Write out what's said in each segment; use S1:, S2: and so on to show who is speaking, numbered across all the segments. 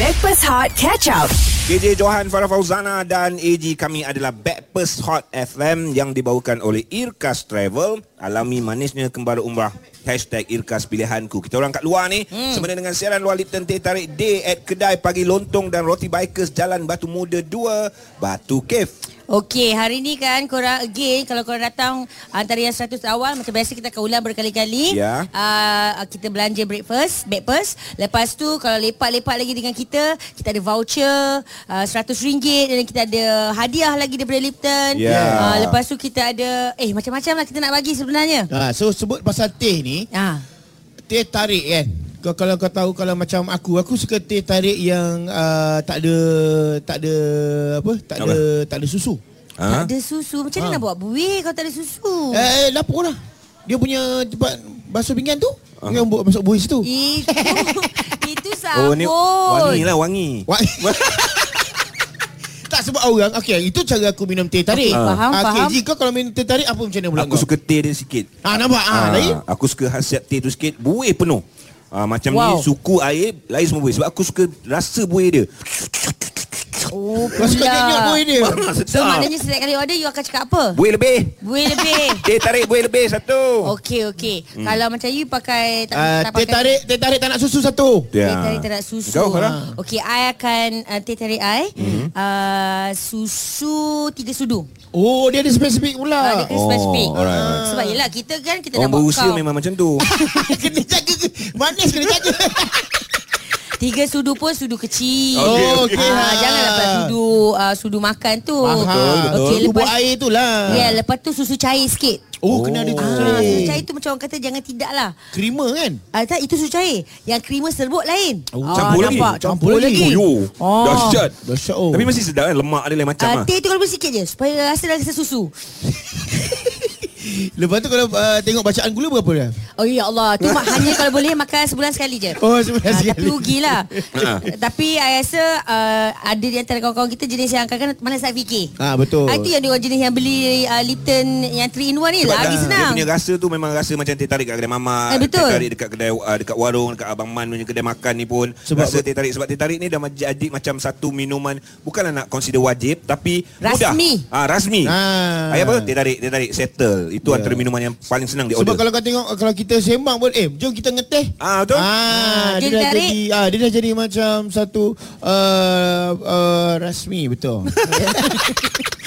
S1: Breakfast Hot Catch Up.
S2: KJ Johan Farah Fauzana dan AG kami adalah Backpast Hot FM yang dibawakan oleh Irkas Travel. Alami manisnya kembali umrah. Hashtag Irkas Pilihanku. Kita orang kat luar ni hmm. sempena dengan siaran luar Lipton Teh Tarik Day at Kedai Pagi Lontong dan Roti Bikers Jalan Batu Muda 2 Batu Cave.
S3: Okey, hari ni kan korang again kalau korang datang antara yang 100 awal macam biasa kita akan ulang berkali-kali.
S2: Ya.
S3: Uh, kita belanja breakfast, breakfast. Lepas tu kalau lepak-lepak lagi dengan kita, kita ada voucher uh, RM100 dan kita ada hadiah lagi daripada Lipton.
S2: Ya.
S3: Uh, lepas tu kita ada eh macam-macam lah kita nak bagi sebenarnya.
S4: Ha, so sebut pasal teh ni,
S3: Ha.
S4: teh tarik kan. Kau kalau kau tahu kalau macam aku, aku suka teh tarik yang uh, tak ada tak ada apa? Tak ada tak ada susu.
S2: Ha?
S3: Tak ada susu. Macam mana nak buat buih kalau tak ada susu?
S4: Eh, eh lapuk lah. Dia punya tempat basuh pinggan tu. Yang buat masuk buih situ.
S3: Itu itu sabun.
S2: Oh ni wangi lah wangi.
S4: Wah. tak sebab orang. Okey, itu cara aku minum teh tarik.
S3: Okey,
S4: Ah,
S3: faham, faham.
S4: Okey, kau kalau minum teh tarik apa macam mana pula
S2: Aku
S4: kau?
S2: suka teh dia sikit.
S4: Ah nampak ah, lain.
S2: Ah, aku suka khasiat teh tu sikit Buih penuh ah, Macam wow. ni
S3: Wow.
S2: suku air Lain semua buih Sebab aku suka rasa buih dia
S3: Oh,
S4: Kau suka nyenyok
S3: pula.
S4: buih dia.
S3: So
S2: Ah.
S3: maknanya setiap kali order you akan cakap apa?
S2: Buih lebih
S3: Buih lebih.
S2: Teh tarik buih lebih satu
S3: Okey okey. Hmm. Kalau macam you pakai tak,
S4: Ah,
S3: tak
S4: teh
S3: pakai
S4: tarik, teh tarik tak nak susu satu.
S3: Teh tarik tak nak susu.
S2: Kau Farah
S3: Okey, I akan uh, teh tarik I hmm. uh, susu tiga sudu.
S4: Oh, dia ada
S3: Ah,
S4: spesifik
S3: dia
S4: pula.
S3: kena spesifik.
S2: alright, alright.
S3: Sebab yelah kita kan kita nak
S2: Orang
S3: buat
S2: berusia
S3: kau.
S2: memang macam tu
S4: kena jaga ke- manis kena jaga.
S3: Tiga sudu pun sudu kecil.
S2: Oh, Okey,
S4: Oh,
S2: okey.
S4: okey.
S3: Ah, janganlah pula sudu uh, sudu makan tu.
S4: Faham.
S3: Okey,
S4: Sudu
S3: lepas
S4: buat air tu lah.
S3: Ya, yeah, lepas tu susu cair sikit.
S4: Oh, kena ada susu
S3: Ah, susu
S4: cair.
S3: cair tu macam orang kata jangan tidak lah.
S4: Krema kan?
S3: Ah, tak, itu susu cair. Yang krema serbuk lain.
S4: Oh.
S3: Ah,
S2: Campur lagi Oh,
S3: nampak? Campur lagi.
S2: Yo
S3: Ah.
S2: Dahsyat
S4: Dahsyat, oh.
S2: Tapi masih sedap kan Lemak dia lain macam
S3: Uh,
S2: lah
S3: teh tu kalau boleh sikit je Supaya rasa dah rasa susu
S4: Lepas tu kalau uh, tengok bacaan gula berapa dia?
S3: Oh ya Allah Tu mak hanya kalau boleh Makan sebulan sekali je
S4: Oh, sebulan
S3: Ah, Tapi
S4: sekali.
S3: rugilah
S2: Ah.
S3: Tapi I rasa uh, Ada di antara kawan-kawan kita Jenis yang kadang-kadang Malas nak fikir
S4: Ah, betul.
S3: Ah, Itu yang dia orang jenis yang beli uh, Lipton Yang 3 in 1 ni
S2: Sebab
S3: Lagi
S2: dah-
S3: lah, senang
S2: Dia punya kan? rasa tu memang rasa macam teh tarik kat kedai mama
S3: Eh, betul.
S2: Teh tarik dekat kedai uh, dekat warung Dekat Abang Man punya kedai makan ni pun
S4: Sebab-
S2: Rasa teh tarik Sebab teh tarik ni dah jadi macam satu minuman Bukanlah nak consider wajib Tapi mudah
S3: Rasmi.
S2: ah, Rasmi
S4: Ah.
S2: Ayat apa? Teh tarik, teh tarik, settle
S3: Ya.
S2: Itu yeah. antara minuman yang paling senang dia
S4: Sebab
S2: order
S4: kalau kau tengok uh, kalau kita sembang pun eh jom kita ngeteh.
S2: Ah, betul.
S4: Ah,
S3: Ah,
S4: dia,
S3: dia
S4: dah
S3: tarik.
S4: jadi ah dia dah jadi macam satu uh, uh, rasmi betul.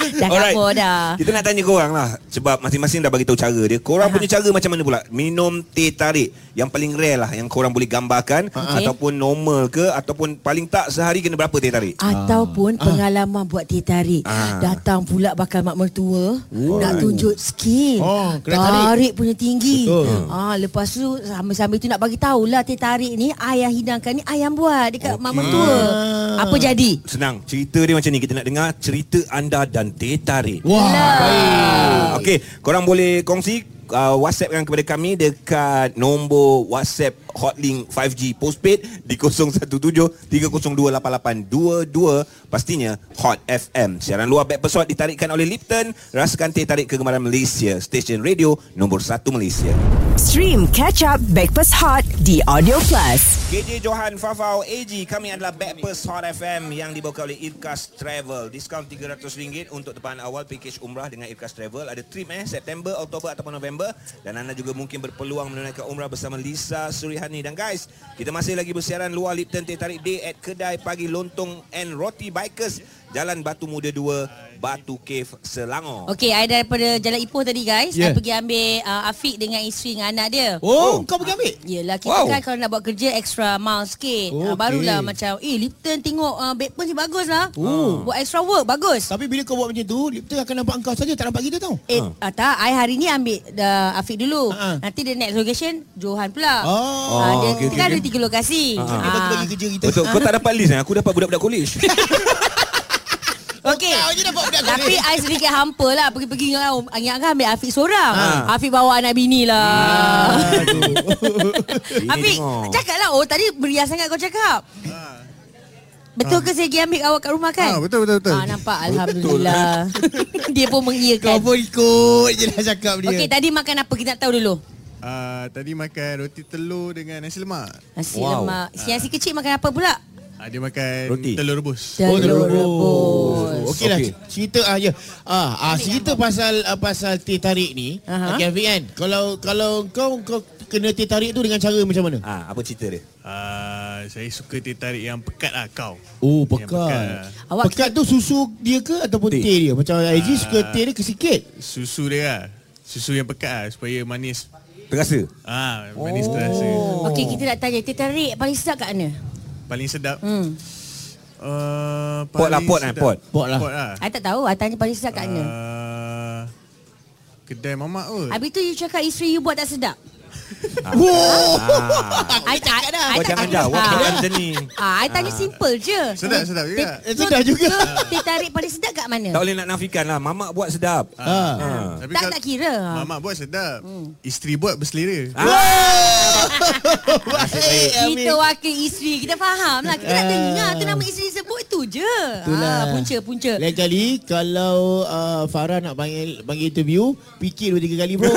S3: Dah
S2: Alright.
S3: kapur dah
S2: Kita nak tanya korang lah Sebab masing-masing dah bagi tahu cara dia Korang punya cara macam mana pula Minum teh tarik Yang paling rare lah Yang korang boleh gambarkan
S3: Aha.
S2: Ataupun normal ke Ataupun paling tak sehari kena berapa teh tarik
S4: Ah.
S3: Ataupun pengalaman buat teh tarik
S2: Ah.
S3: Datang pula bakal mak mertua Nak tunjuk skin
S4: Oh, kena
S3: tarik.
S4: tarik.
S3: punya tinggi
S4: Betul.
S3: ah, Lepas tu sambil-sambil tu nak bagi tahulah Teh tarik ni ayah hidangkan ni ayam buat Dekat okay. mak mertua
S4: Ah.
S3: Apa jadi?
S2: Senang Cerita dia macam ni Kita nak dengar Cerita anda dan teh tarik
S4: Wah,
S2: Ah, Okey Korang boleh kongsi uh, WhatsAppkan kepada kami Dekat nombor WhatsApp Hotlink 5G postpaid Di 017-302-8822 Pastinya Hot FM Siaran luar back pesawat ditarikkan oleh Lipton Rasakan teh tarik kegemaran Malaysia Stesen radio nombor 1 Malaysia
S1: Stream Catch Up Breakfast Hot di Audio Plus.
S2: KJ Johan Fafau AG Kami adalah Backpast Hot FM Yang dibawa oleh Irkas Travel Diskaun RM300 untuk tempahan awal Package umrah dengan Irkas Travel Ada trip eh September, Oktober ataupun November Dan anda juga mungkin berpeluang Menunaikan umrah bersama Lisa Surihani Dan guys Kita masih lagi bersiaran Luar Lipton Teh Tarik Day At Kedai Pagi Lontong And Roti Bikers Jalan Batu Muda 2 Batu Cave Selangor
S3: Okey, I daripada Jalan Ipoh tadi guys yeah. I
S4: Yeah.
S3: pergi ambil uh, Afiq dengan isteri dengan anak dia
S4: Oh, kau pergi ambil?
S3: Yelah kita
S2: Wow.
S3: wow. kan kalau nak buat kerja extra mile sikit okay.
S4: Okey.
S3: Barulah macam Eh Lipton tengok uh, Backpun ni bagus lah
S4: Oh.
S3: Buat extra work bagus
S4: Tapi bila kau buat macam tu, Lipton akan nampak engkau saja tak nampak kita tau.
S3: Eh,
S2: Ha.
S3: ah, tak, I hari ni ambil uh, Afiq dulu.
S4: Ha.
S3: Nanti the next location Johan pula.
S4: Oh.
S3: Ah, dia,
S2: Oh, okey,
S3: kita kan
S2: okey,
S3: ada tiga lokasi.
S4: Dia bagi-bagi kerja kita.
S2: Betul, kau tak dapat list eh? Aku dapat budak-budak college
S3: Okey.
S4: Kau je dapat budak kau
S3: Tapi
S4: ni.
S3: I sedikit hampa lah Pergi-pergi dengan orang Ingat kan ambil Afiq seorang
S2: Ha.
S3: Afiq bawa anak bini lah
S2: Ini
S3: Afiq
S2: tengok.
S3: Cakap lah Oh tadi meriah sangat kau cakap
S4: Ha.
S3: Betul ke saya pergi ambil awak kat rumah kan?
S5: Ah, betul, betul, betul.
S3: Ah, nampak
S2: lah.
S3: Alhamdulillah Dia pun
S4: Kau
S3: mengiyakan
S4: pun ikut je lah cakap dia.
S3: kan? Okey tadi makan apa kita nak tahu dulu
S5: Ah, Uh, tadi makan roti telur dengan nasi lemak.
S3: Nasi
S2: Wow.
S3: lemak Si yang si kecil makan apa pula?
S5: Ah, dia makan
S2: Roti.
S5: telur rebus.
S3: Telur
S4: telur
S3: rebus.
S4: Okey lah
S2: Okey.
S4: cerita ah ya. Ah, ah cerita pasal ah, pasal teh tarik ni.
S3: Aha.
S4: Okey Afiq kan. Kalau kalau kau kau kena teh tarik tu dengan cara macam mana?
S2: Ah, apa cerita dia?
S5: Ah, saya suka teh tarik yang pekat lah kau.
S4: Oh
S5: Yang
S4: pekat.
S3: Awak-
S4: Pekat tu susu dia ke ataupun teh, Ah.
S2: Teh.
S4: dia? Macam IG suka teh dia ke sikit.
S5: Susu dia lah. Susu yang pekat lah supaya manis.
S2: Terasa?
S5: Ah, manis terasa.
S3: Okey, kita nak tanya teh tarik paling sedap kat mana?
S5: Paling sedap.
S3: Hmm.
S5: Uh,
S2: Pot lah, pot lah, pot.
S4: Pot lah.
S5: Pot lah.
S3: I tak tahu. I tanya paling sedap kat mana.
S5: Ah, kedai mamak kot.
S3: Habis tu you cakap isteri you buat tak sedap.
S4: Ah. Wow.
S3: I tak dah.
S2: Kau jangan jauh. Kau jangan macam ni.
S3: Ah, I tanya simple je.
S5: Sedap, sedap juga.
S4: Eh, sedap juga.
S3: So, teh tarik paling sedap kat mana?
S2: Tak boleh nak nafikan lah. Mamak buat sedap.
S4: Ha.
S2: Ah.
S5: Tapi
S3: Tak
S5: kalau
S3: nak kira. Hmm.
S5: Mamak buat sedap. Isteri buat berselera.
S2: Ah.
S4: Baik.
S3: Kita wakil isteri Kita faham lah Kita nak
S2: Eh.
S3: dengar Tu nama isteri sebut tu je
S4: Itulah.
S3: Ah, Punca punca
S4: lah. Lain kali kalau uh, Farah nak panggil panggil interview, fikir dua tiga kali bro.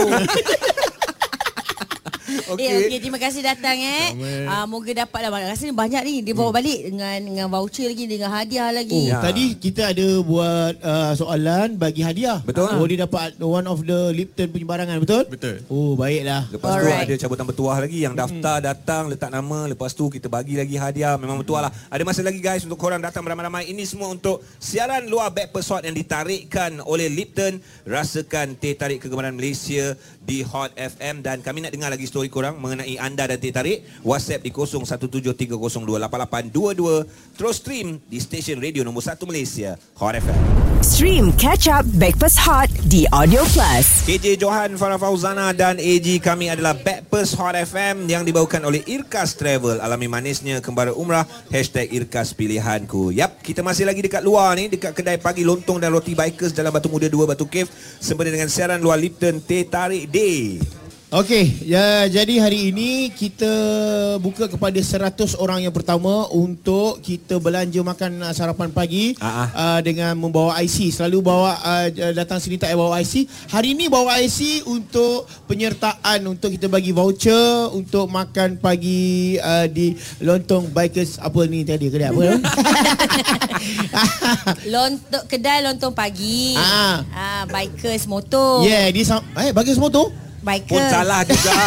S3: okay. Eh, okay, terima kasih datang eh. Ah, moga dapatlah banyak. Rasa ni banyak ni
S2: Hmm.
S3: dia bawa balik dengan dengan voucher lagi dengan hadiah
S4: Oh,
S3: lagi.
S2: Ya.
S4: ya. tadi kita ada buat uh, soalan bagi hadiah.
S2: Betul.
S4: Oh, dia dapat one of the Lipton punya barangan, betul?
S5: Betul.
S4: Oh, baiklah.
S2: Lepas
S3: Alright. Hmm.
S2: tu ada cabutan bertuah lagi yang daftar datang letak nama lepas tu kita bagi lagi hadiah memang bertuah lah. Ada masa lagi guys untuk korang datang beramai-ramai. Ini semua untuk siaran luar back pesawat yang ditarikkan oleh Lipton. Rasakan teh tarik kegemaran Malaysia di Hot FM dan kami nak dengar lagi story korang mengenai anda dan teh tarik. WhatsApp di 0173028822 terus stream di stesen radio nombor 1 Malaysia Hot FM.
S1: Stream Catch Up Backpass Hot di Audio Plus.
S2: KJ Johan, Farah Fauzana dan AG kami adalah Backpers Hot FM yang dibawakan oleh Irkas Travel. Alami manisnya kembara umrah, hashtag Irkas Pilihanku. Yap, kita masih lagi dekat luar ni, dekat kedai pagi lontong dan roti bikers dalam Batu Muda 2 Batu Cave sempena dengan siaran luar Lipton Teh Tarik Day.
S4: Okey, ya, jadi hari ini kita buka kepada 100 orang yang pertama untuk kita belanja makan uh, sarapan pagi
S2: Ah, ah.
S4: uh, dengan membawa IC. Selalu bawa uh, datang sini tak payah bawa IC. Hari ini bawa IC untuk penyertaan untuk kita bagi voucher untuk makan pagi uh, di Lontong Bikers apa ni tadi kedai apa?
S3: Lontong kedai lontong pagi.
S4: Ah.
S3: ah bikers motor.
S4: yeah, di sam- eh bagi semua tu.
S3: Bikers.
S2: Pun salah juga.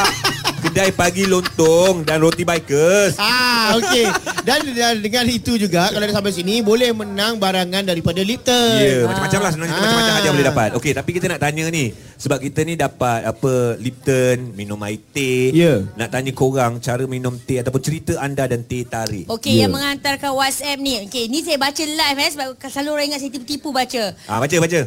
S2: kedai pagi lontong dan roti bikers.
S4: Ah, okey. Dan, dan dengan itu juga kalau dah sampai sini boleh menang barangan daripada Lipton.
S2: Ya, yeah, macam-macam lah sebenarnya kita
S4: Ah.
S2: macam-macam hadiah boleh dapat. Okey, tapi kita nak tanya ni sebab kita ni dapat apa Lipton, minum air teh.
S4: Ya.
S2: Nak tanya korang cara minum teh ataupun cerita anda dan teh tarik.
S3: Okey, yeah.
S4: Ya.
S3: yang menghantarkan WhatsApp ni. Okey, ni saya baca live eh sebab selalu orang ingat saya tipu-tipu baca.
S2: Ah, baca baca.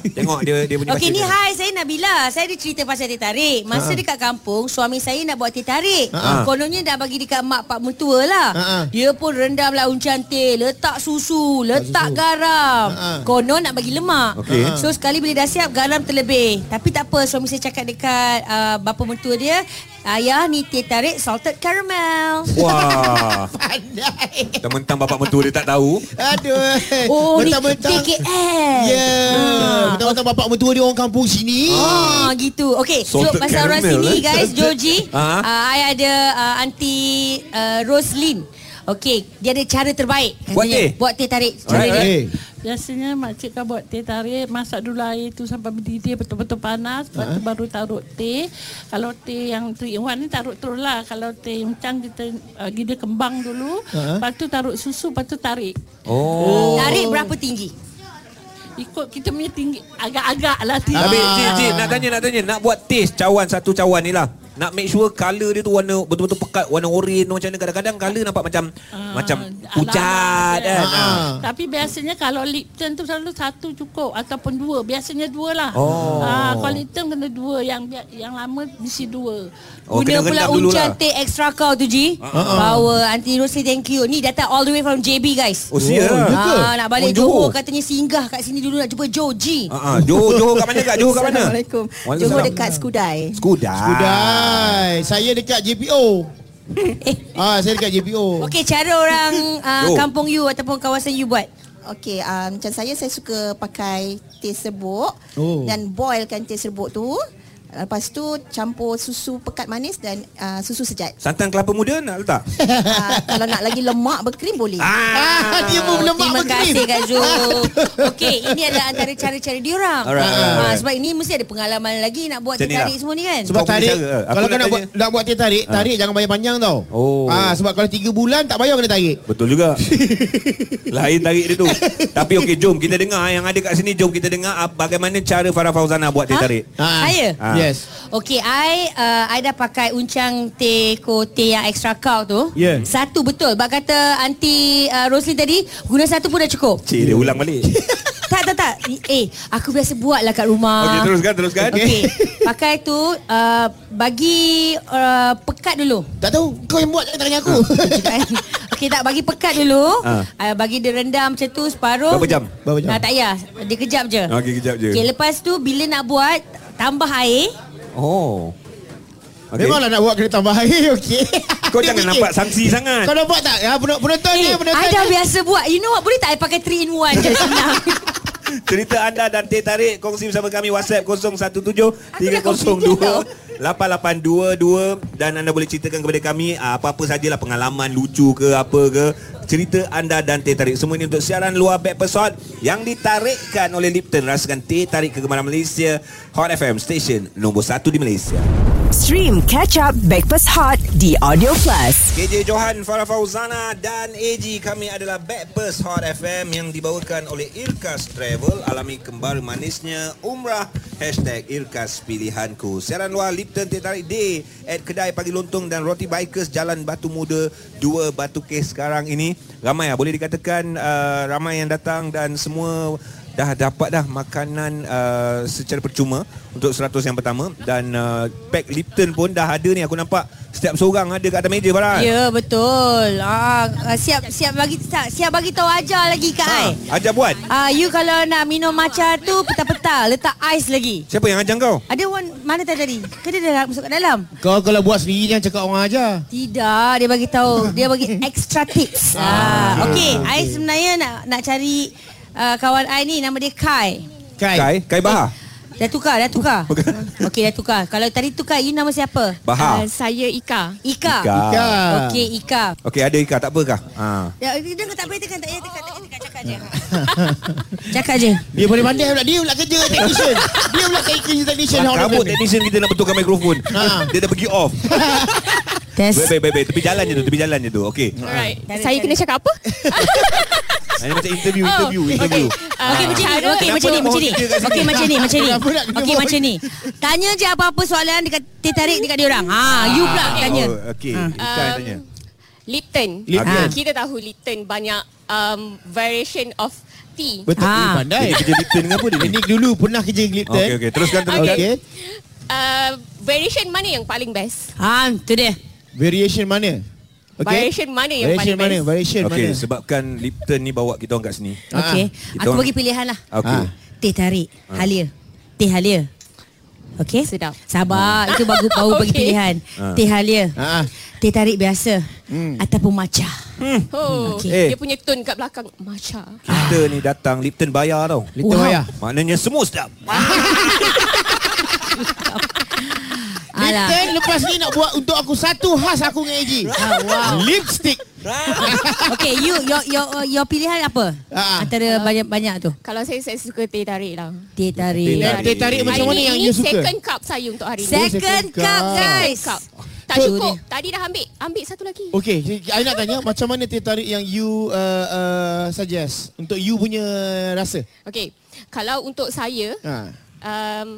S2: Tengok dia dia punya baca.
S3: Okey ni
S2: dia.
S3: ha- hai saya Nabila. Saya ada cerita pasal teh tarik. Masa uh-huh. dekat kampung suami saya nak buat teh tarik.
S4: Ha-ha.
S3: Uh-huh. Kononnya dah bagi dekat mak pak mertua lah.
S4: Ha-ha.
S3: Uh-huh. Dia pun rendamlah uncian teh, letak susu, letak
S4: susu.
S3: garam.
S4: Ha-ha.
S3: Uh-huh. Konon nak bagi lemak. Ha,
S2: Okey.
S3: So sekali bila dah siap garam terlebih. Tapi tak apa suami saya cakap dekat uh, bapa mertua dia, "Ayah ni teh tarik salted caramel."
S2: Wah,
S4: Pandai.
S2: mentang-mentang bapak mentua dia tak tahu.
S4: Aduh.
S3: Oh ni
S4: Eh, Mentang-mentang-
S3: KKL.
S4: Ya. Yeah. Betul-betul bapak mertua dia orang kampung sini.
S3: Ah gitu. Okey, so
S2: Salted
S3: pasal orang
S2: caramel,
S3: sini
S2: eh.
S3: guys, Joji,
S2: Ah.
S3: uh, I ada uh, anti uh, Roslyn. Okey, dia ada cara terbaik
S2: Buat teh?
S3: Buat teh tarik.
S2: Alright,
S3: Cara dia.
S4: Eh.
S6: Biasanya makcik kan buat teh tarik Masak dulu air tu sampai mendidih betul-betul panas Lepas
S4: Ha?
S6: tu baru taruh teh Kalau teh yang 3 in 1 ni taruh terus lah Kalau teh uncang kita uh, gida kembang dulu
S4: Ha?
S6: Lepas tu taruh susu Lepas tu tarik
S2: Oh.
S3: Tarik berapa tinggi?
S6: Ikut kita punya tinggi Agak-agak lah tinggi
S2: Tapi cik, cik, nak tanya, nak tanya. Nak buat taste cawan, satu cawan ni lah. Nak make sure colour dia tu warna betul-betul pekat, warna oren macam mana. Kadang-kadang colour nampak macam
S6: Ah, lah,
S2: macam
S6: alamat
S2: pucat
S6: dia.
S2: kan. Ah.
S4: Ah.
S6: Tapi biasanya kalau Lipton tu selalu satu cukup ataupun dua. Biasanya dua lah.
S2: Oh.
S6: Ah, kalau Lipton kena dua. Yang bi- yang lama mesti dua.
S2: Oh,
S3: Guna
S2: kena
S3: pula
S2: rendam dulu
S3: uncang
S2: lah. Ah,
S3: teh extra kau tu Ji. Bawa anti Roslyn thank you. Ni datang all the way from JB guys.
S2: Oh, sia.
S4: Oh, ya ke?
S3: Ah, nak
S2: Oh,
S3: balik
S2: Johor.
S3: Johor katanya singgah kat sini dulu nak jumpa Joji.
S2: Ah, ah. Johor, Johor kat mana kak? Johor kat mana?
S7: Assalamualaikum. Johor dekat Skudai.
S2: Skudai.
S4: Kudai. Saya dekat JPO. ah, saya dekat JPO.
S3: Eh. Okey, cara orang uh,
S2: Johor.
S3: kampung you ataupun kawasan you buat.
S7: Okey, uh, macam saya saya suka pakai teh serbuk
S4: Oh.
S7: dan boilkan teh serbuk tu. Lepas tu campur susu pekat manis dan uh, susu sejat.
S2: Santan kelapa muda nak letak?
S7: uh, kalau nak lagi lemak berkrim boleh.
S4: Ah, dia pun lemak
S3: Terima
S4: berkrim.
S3: kasih Kak Zul Okey ini adalah antara cara-cara diorang
S2: Alright, alright,
S3: Ah,
S2: alright.
S3: Sebab ini mesti ada pengalaman lagi Nak buat
S2: Macam ni lah.
S3: tarik semua ni kan
S4: Sebab
S2: Kau punya
S4: tarik
S2: cara. Aku
S4: Kalau
S2: nak
S4: kau nak buat
S2: tanya- Ah.
S4: Nak buat dia tarik Tarik jangan panjang-panjang tau
S2: Oh.
S4: Ah, Sebab kalau 3 bulan Tak payah kena tarik
S2: Betul juga. Lain tarik dia tu. Tapi okey, jom kita dengar yang ada kat sini. Jom kita dengar ah, bagaimana cara Farah Fauzana buat teh
S3: Ha?
S2: tarik.
S4: Ah.
S3: Saya?
S2: Ah.
S4: Yes
S3: Okey, I uh, I dah pakai uncang teh ko teh yang extra kau tu.
S4: Ya.
S3: Satu betul. Bak kata anti uh, Roslyn tadi, guna satu pun dah cukup.
S2: Cik, dia ulang balik.
S3: tak tak tak. Eh, aku biasa buat lah kat
S7: Ah.
S3: rumah.
S2: Okey, teruskan, teruskan.
S3: Okey. Pakai tu uh, bagi uh, pekat dulu.
S4: Tak tahu Kau yang buat tak tanya aku
S3: Okey tak bagi pekat dulu.
S2: Ah.
S3: Ha. Uh, bagi dia rendam macam tu separuh.
S2: Berapa jam? Ah,
S4: Berapa jam?
S3: Ah, tak payah. Dia kejap je.
S2: Okey, kejap je.
S3: Okey, lepas tu bila nak buat tambah air.
S2: Oh. Okey.
S4: Memanglah nak buat kena tambah air Okey
S2: Kau
S4: Dia
S2: jangan
S4: fikir.
S2: nampak sangsi sangat.
S4: Kau nampak tak ah, penonton- Penonton ni
S3: Eh,
S4: Penonton ya.
S3: I dah
S4: ni.
S3: biasa buat. You know what? Boleh tak I pakai 3 in 1 je senang?
S2: Cerita anda dan teh tarik kongsi bersama kami WhatsApp 017 302 8822 dan anda boleh ceritakan kepada kami ah, apa-apa sajalah pengalaman lucu ke apa ke cerita anda dan teh tarik semua ini untuk siaran luar back pesawat yang ditarikkan oleh Lipton rasakan teh tarik kegemaran Malaysia Hot FM station nombor 1 di Malaysia
S1: Stream Catch Up Backpass Hot di Audio Plus.
S2: KJ Johan, Farah Fauzana dan AG Kami adalah Backpers Hot FM Yang dibawakan oleh Irkas Travel Alami kembar manisnya Umrah Hashtag Irkas Pilihanku Siaran luar Lipton Teh Tarik Day At Kedai Pagi Lontong dan Roti Bikers Jalan Batu Muda 2 Batu Kes sekarang ini Ramai lah Boleh dikatakan uh, ramai yang datang Dan semua dah dapat dah makanan uh, secara percuma untuk 100 yang pertama dan uh, pack Lipton pun dah ada ni aku nampak setiap seorang ada kat atas meja Farah.
S3: ya, betul. Ah, ah, siap siap bagi tak, siap bagi tahu aja lagi kat ha. I.
S2: Ha, ajar buat.
S3: Ah, you kalau nak minum matcha tu petang-petang letak ais lagi.
S2: Siapa yang ajar kau?
S3: Ada one mana tadi tadi? Ke dia dah masuk kat dalam?
S4: Kau kalau buat sendiri Jangan cakap orang ajar
S3: Tidak, dia bagi tahu, dia bagi extra tips. Ah, okey, I sebenarnya nak nak cari uh, kawan I ni nama dia Kai.
S2: Kai, Kai Bahar.
S3: Dah tukar, dah tukar. Okey, dah tukar. Kalau tadi tukar, you nama siapa?
S2: Bahar.
S8: saya Ika.
S3: Ah, Ika.
S2: Ika.
S4: Ika.
S2: Ah.
S3: Okey, Ika.
S2: Okey, ada Ika, tak apa kah? Ha.
S3: Ya, dia tak boleh tekan, tak payah tekan, tak payah tekan, cakap je. cakap je.
S4: Dia boleh pandai pula Dia pula kerja technician Dia pula kerja technician
S2: Wah,
S4: orang
S2: Lah, kabut
S4: ni.
S2: technician kita nak betulkan mikrofon.
S4: Ha.
S2: Dia dah pergi off.
S3: Tes.
S2: Baik, baik, baik, baik. Tepi jalan je tu, tepi jalan je tu. Okey. Ha,
S8: Alright.
S3: Tarik,
S8: Saya
S3: tarik.
S8: kena cakap apa?
S2: Ini macam interview, interview, interview.
S3: Oh, Okey macam ni, okey
S2: Kenapa
S3: macam ni,
S2: nak
S3: macam
S2: mohon
S3: ni.
S2: kita kat sini?
S3: Okey macam ni, macam ni.
S4: Kenapa nak kena
S3: Okey
S4: mohon?
S3: macam ni. Tanya je apa-apa soalan dekat teh tarik dekat dia orang. Ha, you pula tanya. Um,
S2: Oh, okey.
S4: Ha.
S2: Ika yang tanya.
S8: Lipton.
S2: Lipton.
S8: Ah, Kita tahu Lipton banyak um, variation of tea.
S4: Betul
S3: Ah.
S4: dia pandai
S2: Dia kerja Lipton ke apa dia?
S4: Ini dulu pernah kerja Glipton
S2: Okey, okey. Teruskan, teruskan.
S4: Okey.
S8: Uh, variation mana yang paling best?
S3: Ha, tu dia.
S4: Variation mana?
S8: Variation mana yang
S4: Variation
S8: paling
S4: mana?
S8: best?
S4: Variation
S2: Okey,
S4: mana?
S2: sebabkan Lipton ni bawa kita orang kat sini.
S3: Okey.
S2: Kita
S3: Aku
S2: orang-
S3: bagi pilihan lah.
S2: Okey.
S4: Ah.
S3: Teh tarik, halia. Teh halia. Okey.
S8: Sedap. Ah.
S3: Sabar, itu baru baru bagi
S8: Okey.
S3: pilihan.
S2: Ha.
S3: Teh halia.
S4: Ha.
S3: Teh tarik biasa ataupun matcha.
S8: Oh,
S2: Okay.
S4: Eh.
S8: Dia punya tone kat belakang. Matcha.
S2: Kita ni datang Lipton bayar tau.
S4: Lipton
S3: Wow.
S4: bayar.
S2: Maknanya semua sedap.
S3: Alah.
S4: Lipton lepas ni nak buat untuk aku satu khas aku dengan AG. Lipstick.
S3: Okey, you your your your pilihan apa?
S4: Ah.
S3: Antara banyak-banyak tu.
S8: Kalau saya, saya suka teh tarik lah.
S3: Teh tarik.
S4: Ya, teh tarik macam mana
S8: Ini-
S4: yang
S8: ini
S4: you suka?
S8: second cup saya untuk hari ni.
S4: Sec-
S3: Second
S4: Second
S3: cup
S4: cup. Oh.
S3: guys.
S8: cup. Tak
S3: So-
S8: cukup. Tadi dah ambil. Ambil satu lagi.
S4: Okey, saya nak tanya macam mana teh tarik yang you uh, uh, suggest untuk you punya rasa?
S8: Okay. Kalau untuk saya,
S4: Ha.
S8: um,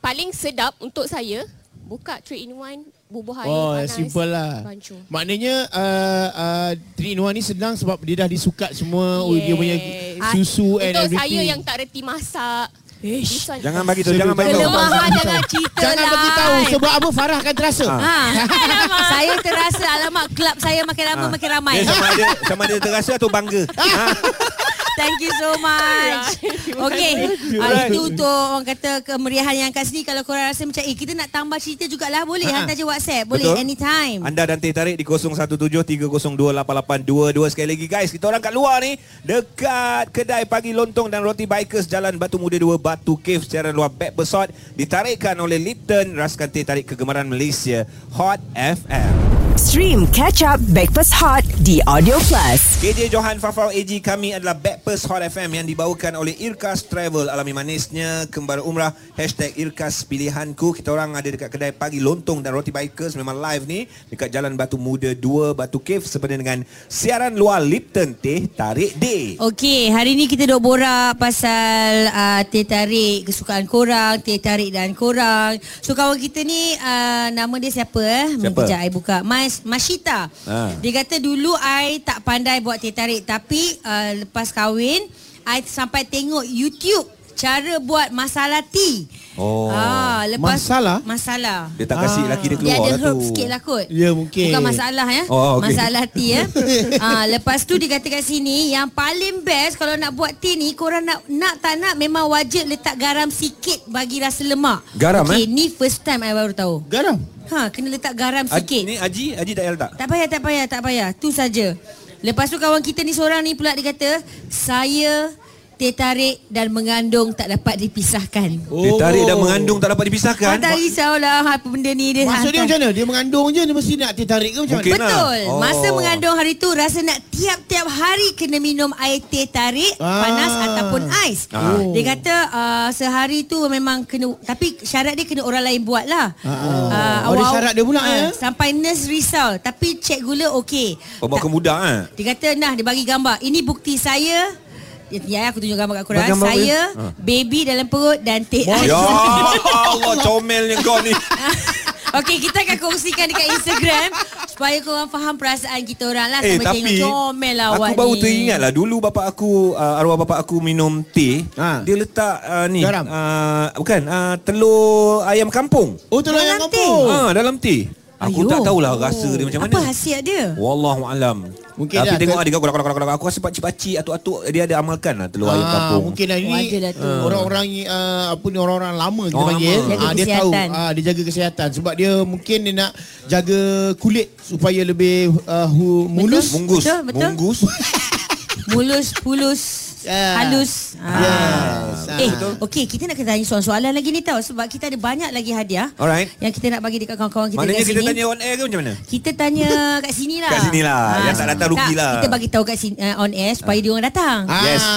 S8: paling sedap untuk saya, buka 3 in 1, bubuh air
S4: Oh,
S8: panas.
S4: simple lah.
S8: Bancuh.
S4: Maknanya uh, uh, 3 in 1 ni senang sebab dia dah disukat semua yes. Oh, dia punya
S8: Yes. Ah,
S4: susu and
S8: Untuk
S4: everything.
S8: saya yang tak reti masak. Ish.
S2: Jangan bagi tu, jangan bagi
S4: Sedap.
S2: tu.
S3: Kelemah jangan cerita
S4: Jangan
S3: lah.
S4: bagi tahu sebab apa Farah akan terasa.
S2: Ah.
S3: Ha. saya terasa alamak kelab saya makin lama makin ramai.
S2: Dia sama ada sama ada terasa atau bangga. ha.
S3: Thank you so much. okay. Uh, itu untuk orang kata kemeriahan yang kat sini. Kalau korang rasa macam eh kita nak tambah cerita jugalah boleh.
S2: Ha-ha.
S3: Hantar je WhatsApp. Boleh
S2: Betul.
S3: anytime.
S2: Anda dan Teh Tarik di 0173028822 sekali lagi guys. Kita orang kat luar ni dekat kedai pagi lontong dan roti bikers Jalan Batu Muda 2 Batu Cave secara luar Beg Besot ditarikkan oleh Lipton Raskan Teh Tarik kegemaran Malaysia Hot FM.
S1: Stream Catch Up Breakfast Hot The Audio Plus.
S2: KJ Johan Fafau AG kami adalah Backpers Hot FM yang dibawakan oleh Irkas Travel alami manisnya kembali umrah hashtag Irkas Pilihanku kita orang ada dekat kedai pagi lontong dan roti bikers memang live ni dekat Jalan Batu Muda 2 Batu Cave sempena dengan siaran luar Lipton Teh Tarik
S3: Oh.
S2: Day
S3: Okey, hari ni kita dok borak pasal uh, teh tarik kesukaan korang, teh tarik dan korang. So kawan kita ni uh, nama dia siapa eh?
S2: Siapa?
S3: Kejap I buka. Mas
S2: Ha.
S3: Mashita. Ha. Dia kata dulu I tak pandai buat teh tarik tapi uh, lepas kahwin I sampai tengok YouTube cara buat masala tea.
S2: Oh.
S3: Ah, lepas
S4: Masala?
S3: Masalah.
S2: dia tak kasih lelaki dia
S3: Ah. Dia
S2: keluar
S3: ada
S2: lah tu
S3: herb sikit lah kot
S4: Ya, mungkin.
S3: Bukan masalah ya
S2: Oh, okey.
S3: Masalah tea ya ha, Lepas tu dia kata kat sini Yang paling best Kalau nak buat tea ni Korang nak nak tak nak Memang wajib letak garam sikit Bagi rasa lemak
S2: Garam,
S3: okay,
S2: eh?
S3: Ni first time I baru tahu
S4: Garam.
S3: Ha, Kena letak garam
S2: Aji,
S3: sikit
S2: ni Aji Aji tak payah letak
S3: Tak payah tak payah tak payah Tu saja Lepas tu kawan kita ni seorang ni pula Dia kata Saya Teh tarik dan mengandung tak dapat dipisahkan.
S2: oh. Teh Tarik dan mengandung tak dapat dipisahkan
S3: Kan? Tak risaulah apa benda ni dia
S4: Maksud dia
S3: hantar.
S4: macam mana? Dia mengandung je dia mesti nak tertarik ke macam
S2: Mungkin
S4: mana?
S2: lah.
S3: Betul.
S2: Oh.
S3: Oh. Masa mengandung hari tu rasa nak tiap-tiap hari kena minum air teh tarik
S4: Ah.
S3: ah. panas ataupun ais.
S2: Ah.
S3: Ah. Dia kata uh, sehari tu memang kena tapi syarat dia kena orang lain buat lah. Ah,
S4: Ah. Oh, ada syarat dia pula, ya?
S3: Sampai nurse risau tapi cek gula okey.
S4: Oh,
S2: Pembuat kemudah eh?
S3: Dia kata nah dia bagi gambar. Ini bukti saya Ya, ya aku tunjuk gambar kat korang
S2: Bagi gambar apa?
S3: Saya
S4: eh?
S2: Ha.
S4: Ah.
S3: Baby dalam perut Dan teh ais
S2: Ya Allah comelnya kau ni
S3: Okey, kita akan kongsikan dekat Instagram supaya korang faham perasaan kita orang lah
S2: Eh
S3: sama
S2: tapi
S3: tengok comel lah awak
S2: Aku baru
S3: ni.
S2: teringat lah Dulu bapak aku uh, Arwah bapak aku minum teh
S4: Ha.
S2: ha. Dia letak uh, ni
S4: Garam.
S2: Uh, bukan uh, Telur ayam kampung
S4: Oh, telur ayam
S3: Dalam
S4: kampung.
S2: oh. ha, Dalam teh Aku
S3: Ayuh.
S2: tak tahulah rasa dia macam mana
S3: Apa hasiat dia?
S2: Wallahualam
S4: Mungkin lah,
S2: Tapi
S4: dah
S2: tengok
S4: ter-
S2: adik aku kolak-kolak-kolak Aku rasa pakcik-pakcik Atuk-atuk Dia ada amalkan lah Telur ayam
S4: Ah,
S2: kampung
S4: mungkin lah ini
S3: Wajar lah tu.
S4: orang-orang uh, apa ni orang-orang lama kita
S2: Orang
S4: panggil.
S2: lama.
S3: Jaga
S4: Ah, dia
S3: kesihatan.
S4: tahu ah, dia jaga kesihatan sebab dia mungkin dia nak jaga kulit supaya lebih uh, hu- mulus.
S2: Munggus
S3: Betul, betul.
S2: Munggus
S3: Mulus, pulus,
S4: Yeah.
S3: halus.
S4: Yes.
S3: Ah. Eh, okey, kita nak kena tanya soalan-soalan lagi ni tau sebab kita ada banyak lagi hadiah
S2: Alright.
S3: yang kita nak bagi dekat kawan-kawan kita
S2: Maknanya
S3: kat
S2: kita
S3: sini.
S2: tanya on air ke macam mana?
S3: Kita tanya kat sini lah.
S2: Kat sini lah. Yang tak datang rugilah.
S3: Kita bagi tahu kat sini uh, on air supaya dia orang datang.
S4: Ah,
S2: Yes. So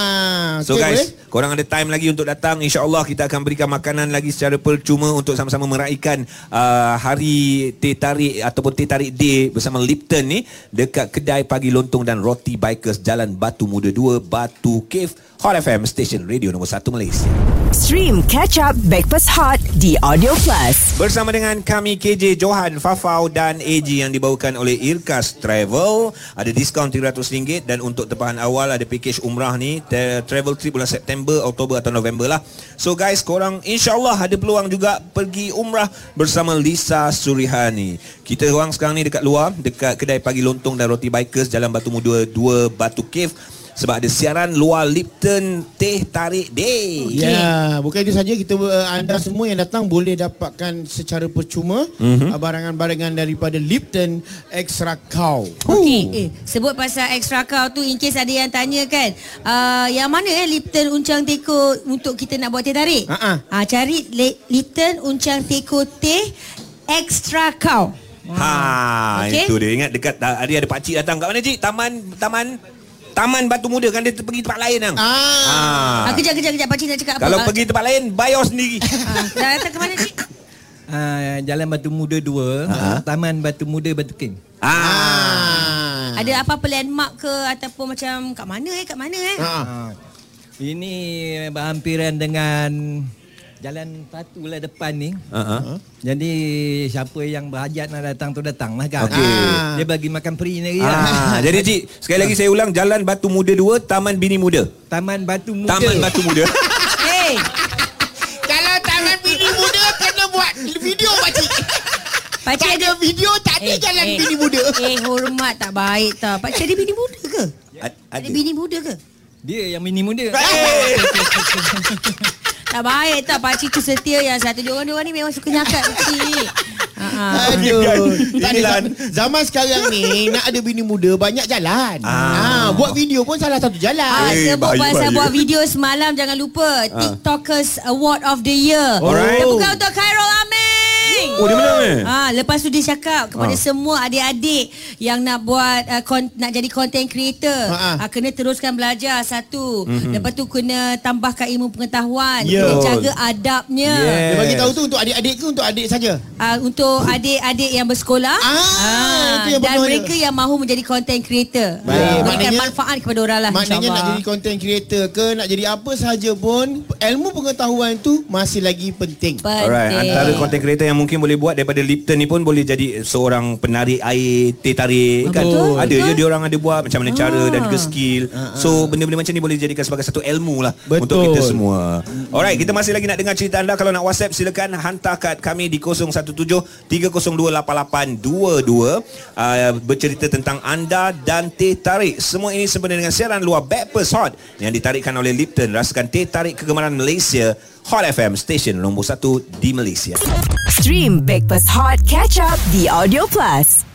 S2: okay,
S4: okey,
S2: guys,
S4: boleh?
S2: boleh? korang ada time lagi untuk datang. InsyaAllah kita akan berikan makanan lagi secara percuma untuk sama-sama meraihkan uh, hari teh tarik ataupun teh tarik day bersama Lipton ni dekat kedai pagi lontong dan roti bikers Jalan Batu Muda 2, Batu Cave, Hot FM Station Radio nombor 1 Malaysia.
S1: Stream Catch Up Breakfast Hot The Audio Plus.
S2: Bersama dengan kami KJ Johan, Fafau dan AG yang dibawakan oleh Irkas Travel ada diskaun RM300 dan untuk tempahan awal ada package umrah ni te- travel trip bulan September, Oktober atau November lah. So guys, korang insyaAllah ada peluang juga pergi umrah bersama Lisa Surihani. Kita orang sekarang ni dekat luar, dekat kedai pagi lontong dan roti bikers Jalan Batu Muda 2 Batu Cave sebab ada siaran luar Lipton Teh Tarik Day.
S4: Ya, yeah, bukan itu saja kita uh, anda semua yang datang boleh dapatkan secara percuma
S2: Mhm.
S4: mm-hmm. uh, barangan-barangan daripada Lipton Extra Cow.
S3: Okey, eh, sebut pasal extra kau tu in case ada yang tanya kan. Uh, yang mana eh Lipton Uncang Teko untuk kita nak buat teh tarik?
S4: Ha-ha.
S3: Ah, cari Le- Lipton Uncang Teko teh extra kau.
S2: Ha, okay.
S3: Okey.
S2: itu dia. Ingat dekat ah, hari ada pak cik datang kat mana cik? Taman taman Taman Batu Muda kan dia ter- pergi tempat lainang.
S4: Ah.
S3: Ah,
S2: Ha.
S3: kejap kejap kejap pak cik nak cakap apa?
S2: Kalau
S3: Ah,
S2: pergi tempat lain bayar sendiri.
S3: ah, dah datang ke mana cik?
S9: Uh, Jalan Batu Muda 2, Taman Batu Muda Batu King.
S2: Ah.
S4: Ah.
S3: Ada apa-apa landmark ke ataupun macam kat mana eh kat mana eh?
S4: Ah.
S9: Uh, ini berhampiran dengan Jalan Batu lah depan ni.
S2: Ha.
S9: Jadi siapa yang berhajat nak datang tu datang lah kan.
S2: Okey.
S9: Ah, Dia bagi makan free ni.
S2: Ah, jadi cik, sekali lagi saya ulang Jalan Batu Muda 2, Taman Bini Muda.
S9: Taman Batu Muda.
S2: Taman Batu Muda.
S3: Hey,
S4: Kalau tangan bini muda kena buat video pakcik.
S3: pak cik ada
S4: video tak
S3: Eh, eh. Eh hormat tak baik tau. Pak cik ada bini muda ke?
S2: Ad- Ada.
S3: Ada bini muda ke?
S9: Dia yang mini muda.
S2: Hey!
S3: Tak baik tak pakcik tu setia yang satu je orang dia orang ni memang suka nyakat pakcik. Ha ah.
S4: Aduh. Tak ada
S2: Inilah-
S4: zaman- zaman sekarang ni nak ada bini muda banyak jalan. Ah. buat video pun salah satu
S3: Ah,
S4: jalan.
S2: Eh,
S3: sebut
S2: bahaya,
S3: pasal
S2: bahaya.
S3: buat video semalam jangan lupa
S4: Ah.
S3: TikTokers Award of the Year.
S4: Oh.
S2: Alright.
S3: Bukan untuk Khairul Aming.
S2: Oh, dia menang eh?
S3: Ah, lepas tu dia cakap kepada
S2: Ah.
S3: semua adik-adik yang nak buat uh, kon- nak jadi content creator,
S4: Ah, Mm-hmm. ah.
S3: ah, kena teruskan belajar satu. Lepas tu kena tambahkan ilmu pengetahuan,
S4: Yeah.
S3: kena jaga adabnya.
S2: Yeah.
S4: Dia bagi tahu tu untuk adik-adik ke untuk adik saja?
S3: Uh, untuk adik-adik yang bersekolah
S4: Ah, itu yang
S3: dan
S4: penuh
S3: mereka yang mahu menjadi content creator. Ah,
S4: Baik,
S3: Berikan
S4: maknanya-
S3: manfaat kepada orang lah
S4: Maknanya nak
S3: insyaAllah.
S4: jadi content creator ke nak jadi apa sahaja pun ilmu pengetahuan tu masih lagi penting.
S3: Penting.
S2: Alright, antara content creator yang mungkin boleh buat daripada Lipton ni pun boleh jadi seorang penarik air teh tarik kan.
S3: Betul,
S2: ada
S3: betul.
S2: je dia orang ada buat macam mana cara dan juga skill. So benda-benda macam ni boleh dijadikan sebagai satu ilmu lah
S4: Betul.
S2: untuk kita semua. Alright, kita masih lagi nak dengar cerita anda kalau nak WhatsApp silakan hantar kad kami di 017 302 8822 uh, bercerita tentang anda dan teh tarik. Semua ini sempena dengan siaran luar Backpast Hot yang ditarikkan oleh Lipton. Rasakan teh tarik kegemaran Malaysia Hot FM Station nombor 1 di Malaysia.
S1: Stream Breakfast Hot Catch Up The Audio Plus.